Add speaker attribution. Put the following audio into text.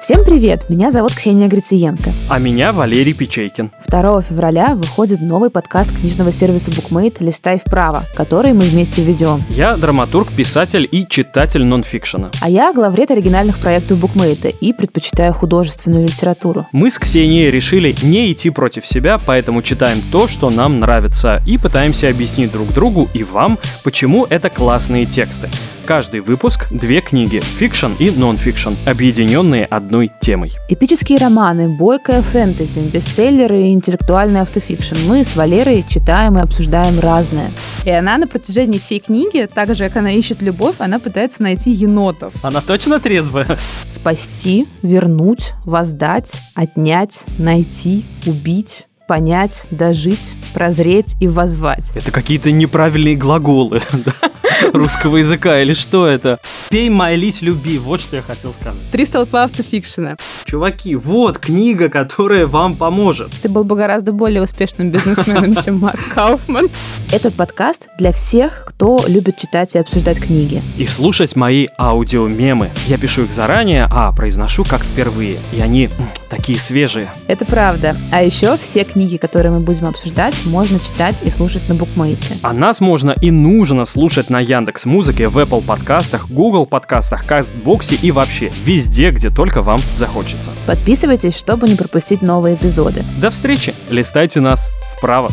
Speaker 1: Всем привет! Меня зовут Ксения Грициенко.
Speaker 2: А меня Валерий Печейкин.
Speaker 1: 2 февраля выходит новый подкаст книжного сервиса «Букмейт» «Листай вправо», который мы вместе ведем.
Speaker 2: Я драматург, писатель и читатель нонфикшена.
Speaker 1: А я главред оригинальных проектов «Букмейта» и предпочитаю художественную литературу.
Speaker 2: Мы с Ксенией решили не идти против себя, поэтому читаем то, что нам нравится, и пытаемся объяснить друг другу и вам, почему это классные тексты. Каждый выпуск — две книги — фикшн и нонфикшн, объединенные одной темой.
Speaker 1: Эпические романы, бойкая фэнтези, бестселлеры и интеллектуальный автофикшн. Мы с Валерой читаем и обсуждаем разное.
Speaker 3: И она на протяжении всей книги, так же, как она ищет любовь, она пытается найти енотов.
Speaker 2: Она точно трезвая?
Speaker 1: Спасти, вернуть, воздать, отнять, найти, убить понять, дожить, прозреть и возвать.
Speaker 2: Это какие-то неправильные глаголы русского языка или что это? Пей, молись, люби, вот что я хотел сказать.
Speaker 3: Три столпа автофикшена.
Speaker 2: Чуваки, вот книга, которая вам поможет.
Speaker 3: Ты был бы гораздо более успешным бизнесменом, чем Марк Кауфман.
Speaker 1: Этот подкаст для всех, кто любит читать и обсуждать книги.
Speaker 2: И слушать мои аудиомемы. Я пишу их заранее, а произношу как впервые. И они м, такие свежие.
Speaker 1: Это правда. А еще все книги, которые мы будем обсуждать, можно читать и слушать на букмейте.
Speaker 2: А нас можно и нужно слушать на Яндекс Музыке, в Apple подкастах, Google подкастах, Кастбоксе и вообще везде, где только вам захочется.
Speaker 1: Подписывайтесь, чтобы не пропустить новые эпизоды.
Speaker 2: До встречи! Листайте нас вправо.